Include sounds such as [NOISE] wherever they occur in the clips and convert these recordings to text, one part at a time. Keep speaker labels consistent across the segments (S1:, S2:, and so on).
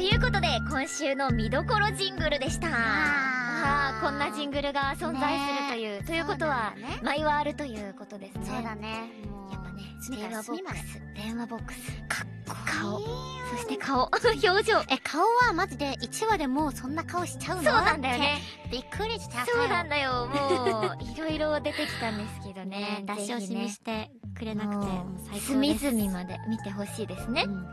S1: いうことで今週の見どころジングルでしたああこんなジングルが存在するという、ということは、
S2: そうなんだね
S1: マイワールということですね
S2: そうだねもう
S1: やっぱね
S2: 隅
S1: 電
S2: から
S1: 話ボ
S2: 隅
S1: ッ
S2: ま
S1: ク
S2: で
S1: ス電話ボックス
S2: かっこ
S1: 顔
S2: いいよ
S1: そして顔 [LAUGHS] 表情そう
S2: え顔はマジで1話でもうそんな顔しちゃうの
S1: なんだよね
S2: ってびっくりした
S1: そうなんだよもう [LAUGHS] いろいろ出てきたんですけどね
S2: ね出し惜しみ
S1: ぜ
S2: してくれ
S1: ひね
S2: なくて
S1: もう
S2: もう最高で
S1: 隅
S2: す
S1: 々まで見てほしいですね、
S2: うん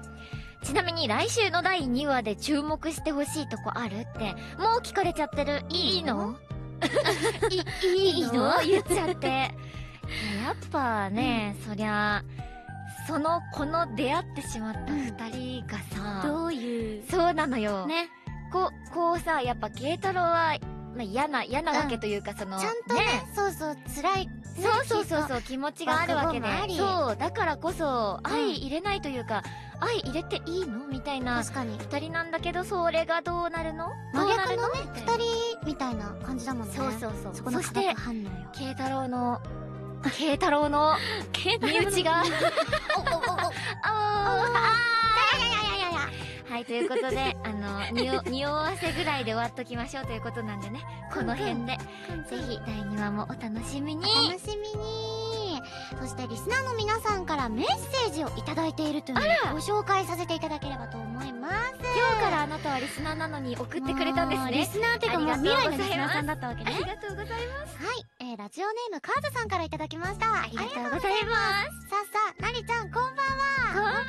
S1: ちなみに来週の第2話で注目してほしいとこあるってもう聞かれちゃってるいいの [LAUGHS] いいいの言っちゃっていややっぱね、そりゃそのこの出会ってしまった2人がさ、
S2: どういう
S1: そうなのよ、
S2: ね
S1: こうこうさやっぱ慶太郎は、まあ、嫌な嫌なわけというか、その
S2: ちゃんとねそうそう辛い
S1: そうそうそうそう気持ちがあるわけで
S2: バックボーンも
S1: そうだからこそ
S2: うん
S1: 相入れないというか、相入れていいのみたいな
S2: 確かに
S1: 二人なんだけどそれがどうなるのど
S2: 真
S1: うな
S2: 逆
S1: る
S2: のね
S1: みたいな
S2: 二人みたいな感じだもんね
S1: そうそうそう
S2: そ
S1: そ
S2: この
S1: し
S2: 化
S1: て
S2: 学反応よ
S1: 慶太郎の慶太郎
S2: [LAUGHS]
S1: の身内が
S2: おおおおあ
S1: あ
S2: いやいやいや
S1: ーはいということであの匂
S2: [LAUGHS]
S1: 匂わせぐらいで割っときましょうということなんでねこの辺でぜひ第2話もお楽しみに
S2: お楽しみにそしてリスナーの皆さんからメッセージをいただいているというのをご紹介させていただければと思います
S1: 今日からあなたはリスナーなのに送ってくれたんです
S2: もうリ
S1: ね
S2: スナーっていうかもう
S1: あり
S2: 未
S1: が
S2: 来
S1: とう
S2: の
S1: ございます
S2: リスナーさんだったわけ
S1: あ
S2: ね
S1: りがとうございます
S2: はい、えー、ラジオネームカーズさんからいただきましたあり
S1: ありがとうございます
S2: さあさあなりちゃんこんば
S1: こ
S2: ん
S1: んばんは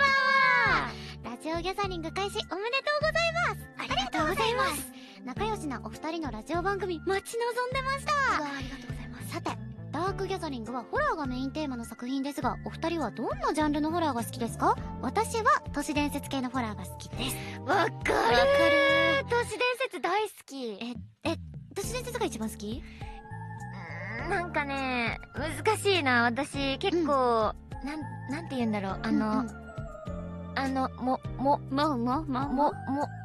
S2: はラジオギャザリング開始おめでとうございます
S1: ありがとうございます
S2: 仲良しなお二人のラジオ番組待ち望んでまし
S1: う
S2: た
S1: わありがとうございます
S2: さてダークギャザリングはホラーがメインテーマの作品ですがお二人はどんなジャンルのホラーが好きですか私は都市伝説系のホラーが好きです
S1: わかる
S2: わか
S1: る都市伝説大好き
S2: 都市伝説が一番好き
S1: うーんなんかね難しいな私結構、なんなんて言うんだろうあの、
S2: うんうん
S1: あのもも
S2: もうもうもう
S1: もも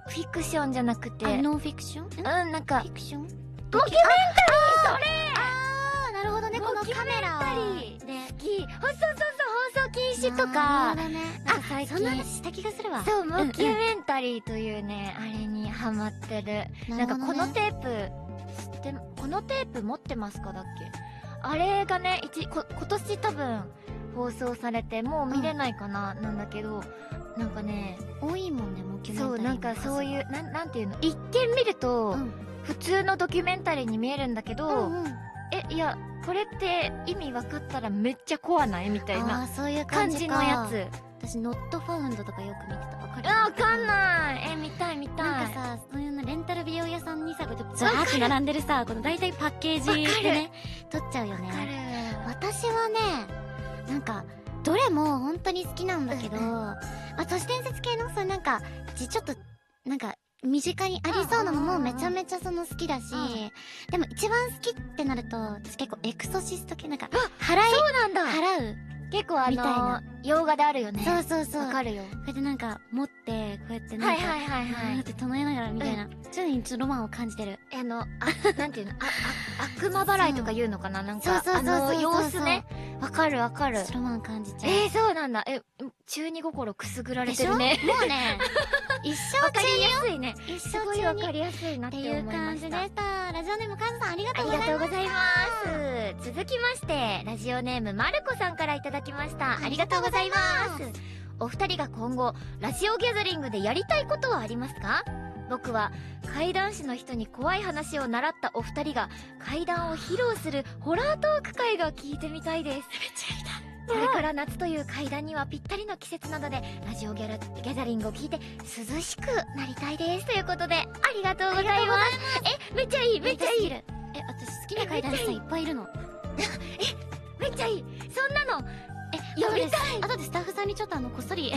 S1: フィクションじゃなくて
S2: あ
S1: うん
S2: ノンフィクションんフ
S1: なんか
S2: ィクション
S1: ドキュメンタリー
S2: ああなるほどねこの
S1: ドキュ
S2: カメラ
S1: ドキュメンタそ
S2: で
S1: れ好きそうそうそう放送禁止と
S2: あ
S1: か
S2: ーなるほどね
S1: なんか最
S2: そんな
S1: 近
S2: 話した気がするわ
S1: そうドキュメンタリーというねあれにハマってるなんかこのテープ知ってこのテープ持ってますかだっけあれがね一こ今年多分放送されてもう見れないかな、なんだけどなんかね
S2: 多いもんねもうキュメン
S1: そう
S2: タ
S1: な
S2: リ
S1: ん
S2: ーの
S1: か
S2: 数
S1: そういうなんなんていうの一見見ると、
S2: うん
S1: 普通のドキュメンタリーに見えるんだけど、
S2: うんうん
S1: えいやこれって意味分かったらめっちゃ怖ないみたい
S2: あ
S1: な
S2: あそういう
S1: 感
S2: 感
S1: じ
S2: じ
S1: の
S2: か
S1: やつ
S2: 私ノットファウンドとかよく見てたわかる
S1: あわかんないえ見たい見たい
S2: なんかさそういうのレンタル美容屋さんにさこうやってずらーって並んでるさこの大体パッケージでね撮っちゃうよ
S1: わか
S2: ね
S1: る
S2: 私はねなんかどれも本当に好きなんだけど、
S1: うんうん
S2: まあ、都市伝説系のそのなんかじちょっとなんか身近にありそうなのもめちゃめちゃその好きだし、
S1: うんうん
S2: でも一番好きってなると私結構エクソシスト系なんか払い
S1: そうなんだ
S2: 払う
S1: 結構あ
S2: みたい
S1: の
S2: な
S1: 洋画であるよね
S2: そうそうそう。
S1: わ
S2: こ
S1: かるよ
S2: うやってなんか持って、こうやって
S1: は
S2: なん
S1: い
S2: か、
S1: はいはいは
S2: だっ
S1: い。
S2: て唱えながらみたいな。ちょっとちょっとロマンを感じてる。
S1: あの、あ、なんていうの、あ、あ、悪魔払いとか言うのかななんか、
S2: そうそ
S1: あ
S2: うそうそう
S1: の、様子ね。わかるわか
S2: ち
S1: る
S2: ょっ。とロマン感じ
S1: [LAUGHS]
S2: ちゃう。
S1: えー、そうなんだ。え、中二心くすぐられ
S2: で
S1: て
S2: しょ
S1: るね。
S2: もうね、一生
S1: [LAUGHS] わか
S2: 中
S1: りやすいね。
S2: に、一
S1: す
S2: 生
S1: ごいわ
S2: 中に。
S1: か
S2: っ
S1: りやすいなってて
S2: いう
S1: 思いま
S2: 感
S1: し
S2: じで
S1: た。
S2: した。ラジオネームカズさんありが
S1: あ
S2: とう
S1: り
S2: ござ
S1: が
S2: い
S1: と
S2: ます。
S1: うございます。続きまして、ラジオネームまるこさんからいただきました。ありがとうございます。お二人が今後、ラジオギャザリングでやりたいことはありますか僕は、怪談師の人に怖い話を習ったお二人が、怪談を披露するホラートーク会が聞いてみたいです。これから夏という階段にはぴったりの季節なので、ラジオギャラギャザリングを聞いて涼しくなりたいです。ということで、ありがとうございます。え、めっちゃいい、めっちゃいい。
S2: え、私好きな階段師さんいっぱいいるの。
S1: めっちゃいい。そんなの、
S2: え、
S1: やり
S2: たい後でスタッフさんにちょっとあの、こっ
S1: [LAUGHS]
S2: そり、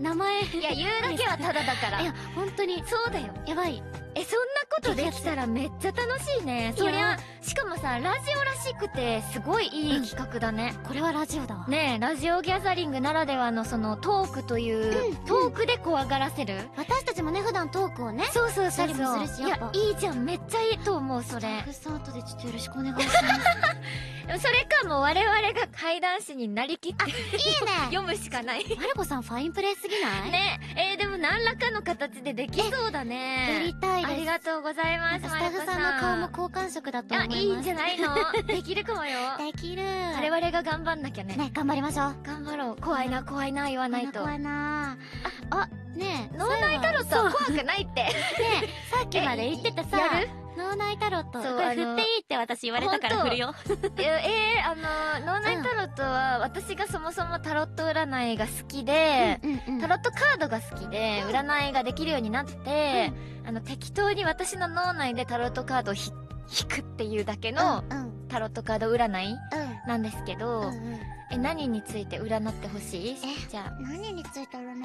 S2: 名前。
S1: いや、言うだけはただだから。
S2: いや、本当に、
S1: そうだよ。
S2: やばい。
S1: え、そんなことできたらめっちゃ楽しいね。そりゃ、しかもさ、ラジオらしくて、すごいいい企画だね。
S2: これはラジオだわ。
S1: ねえ、ラジオギャザリングならではのそのトークという、
S2: うん
S1: トークで怖がらせる。
S2: 私たちもね、普段トークをね、
S1: そうそう
S2: そ
S1: そうう
S2: そう
S1: いや、いいじゃん。めっちゃいいと思う、そ
S2: スタッ
S1: れ。
S2: フさん後でちょっとよろしくお願いします。
S1: でもそれかもう我々が怪談師になりきって
S2: いいね
S1: 読むしか [LAUGHS] ない。
S2: マルコさんファインプレーすぎない、
S1: ね。えー、でも何らかの形でできそうだ
S2: や
S1: ね
S2: り。たい
S1: あり
S2: です
S1: がとうございま
S2: なん
S1: す。
S2: かスタッフさんの顔も好感触だと思い
S1: あ、
S2: ます
S1: いいんじゃない
S2: [LAUGHS]
S1: のできるかもよ。
S2: できる
S1: 我々が頑張んなきゃね。
S2: ね頑張りましょう
S1: 頑張ろう。怖いな、怖いな、言わないと。
S2: 怖いなああねえ
S1: 脳内タロット
S2: そう
S1: は
S2: ね
S1: 怖くないって。
S2: えさっきまで言ってたさ
S1: やる
S2: 脳内タロット
S1: そう
S2: これ
S1: あの
S2: 振っていいって私言われたから
S1: 本当
S2: 振るよ
S1: いやええあの、脳内タロットは、私がそもそもタロット占いが好きで、
S2: うんうんうん
S1: タロットカードが好きで、占いができるようになって、あの、適当に私の脳内でタロットカードをひ引くっていうだけの
S2: うんうん
S1: タロットカード占い
S2: うん
S1: なんですけど、
S2: うんうん
S1: え、何について占ってほしい
S2: え
S1: じゃあ。
S2: 何について占ってもらお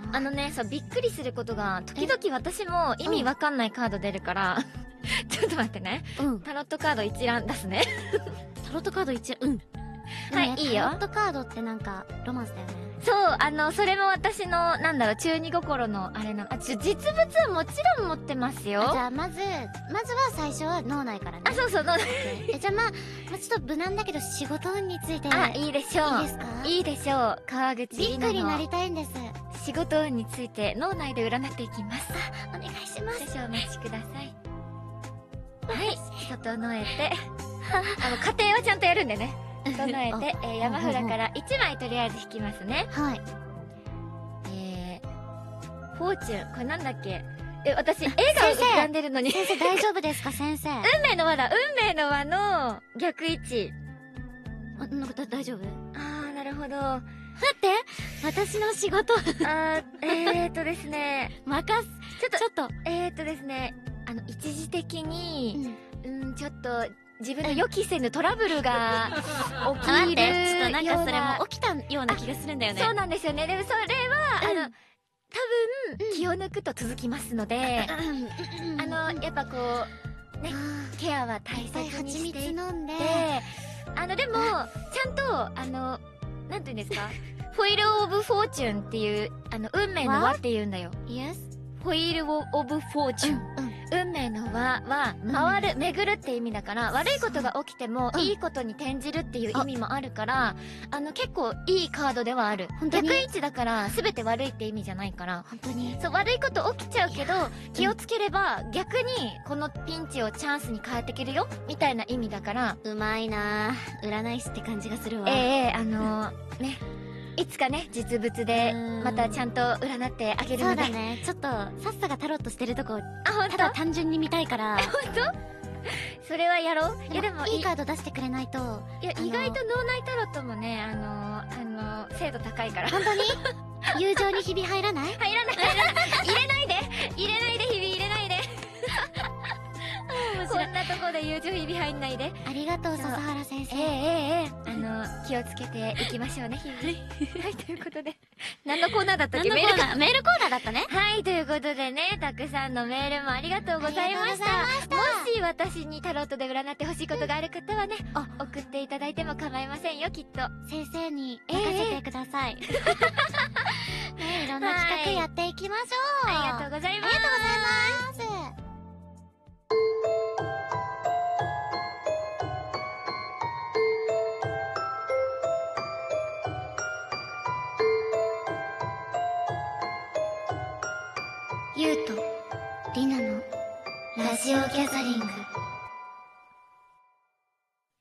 S2: うかな
S1: あのね、そう、びっくりすることが、時々私も意味わかんないカード出るから、 [LAUGHS] ちょっと待ってね。
S2: うん
S1: タロットカード一覧出すね。 [LAUGHS]
S2: タロットカード一うん
S1: はいいいよ
S2: タロットカードってなんかロマンスだよね
S1: そう、あの、それも私の、なんだろう、中二心の、あれなの。あ、ちょ、実物はもちろん持ってますよ。
S2: あじ
S1: あ
S2: ゃあまずまずは最初は脳内からね
S1: そうそう、 [LAUGHS] どう
S2: えじゃあまあ、まあ、ちょっと無難だけど仕事について
S1: あ、いいでしょう。
S2: いいですか
S1: いいでしょう。川口
S2: び
S1: 里
S2: っく
S1: 奈
S2: りな
S1: の
S2: りたいんです
S1: 仕事について脳内で占っていきます。
S2: お願いしま
S1: 少
S2: す
S1: 々お待ちくださ [LAUGHS] い。はい、整えて。 [LAUGHS] あの、家庭はちゃんとやるんでね。整えて、えー山札から1枚とりあえず引きますね。
S2: はい
S1: えー、フォーチュン、これなんだっけえ、私、絵が
S2: 生
S1: 浮かんでるのに。
S2: 先生大丈夫ですか先生
S1: 運命の輪だ運命の輪の逆位置。
S2: あなんかだ大丈夫待
S1: あー、なる [LAUGHS] ほど。あ
S2: って私の仕事 [LAUGHS]
S1: ー、えーっとですね、
S2: 任す
S1: ちょっと
S2: ちょっと、
S1: えー、っとですね、あの、一時的に、
S2: ん、
S1: うん、ちょっと、自分の予期せぬトラブルが [LAUGHS] 起
S2: 待
S1: き
S2: っ
S1: るよ
S2: てちょっとなんかそうれ
S1: な
S2: も起きたような気がするんだよね
S1: そうなんですよね。でもそれは、
S2: うん
S1: あの、多分、気を抜くと続きますので、あ
S2: あの
S1: の、やっぱこう、ケアは大
S2: いっぱい
S1: 切に
S2: 蜂
S1: して
S2: 蜜
S1: い
S2: 飲んで
S1: で、あの、でも、ちゃんと、あの、なんていうんですかフォイル・オブ・フォーチュンっていう、あの、運命の輪って言うんだよ。
S2: イエス
S1: フォイル・オブ・フォーチュン。運命の輪は、回る、巡るって意味だから、悪いことが起きても
S2: う、ん
S1: いいことに転じるっていう意味もあるから、あの、結構いいカードではある。
S2: 本当に
S1: 逆位置だから、すべて悪いって意味じゃないから。
S2: 本当に
S1: そう、悪いこと起きちゃうけど、気をつければ、逆に、このピンチをチャンスに変えていけるよ、みたいな意味だから、
S2: うまいなぁ占い師って感じがするわ
S1: ええあのーね、いつかね、実物で
S2: う、ん
S1: またちゃんと占ってあげる
S2: そ
S1: の
S2: う
S1: で。
S2: だねちょっとさっさがタロットしてるとこ
S1: あ、本
S2: ただ
S1: 当
S2: 単純に見たいから
S1: それはやろういや、でも、
S2: いい
S1: い
S2: カード出してくれないと本
S1: いや
S2: あの
S1: 意外と脳内タロットもね、あのーあのー精度高いから。入
S2: 当に友情にひび入らない [LAUGHS]
S1: らない、入らない。 [LAUGHS] 入れないで入れないで、日々入れないで。 [LAUGHS] こんなとこで友情日々入んないで。
S2: ありがとう
S1: そう
S2: 笹原先
S1: え
S2: 生
S1: えええええあのー気をつけていきましょうね、日々。はい、ということで。何のコーナーだったっけ
S2: 何の
S1: メール
S2: コーナーメールコーナーだったね
S1: はい、ということでね、たくさんのメールもありがとうございました。
S2: ありがとうございま
S1: もし私にタロットで占ってほしいことがある方はね、
S2: あ
S1: 送っていただいても構いませんよ、きっと。
S2: 先生に任せてくだ [LAUGHS] さい、ねいろんな企画やっていきましょう、
S1: ありがとうございます。
S2: ありがとうございますゆうとりなのラジオギャザリング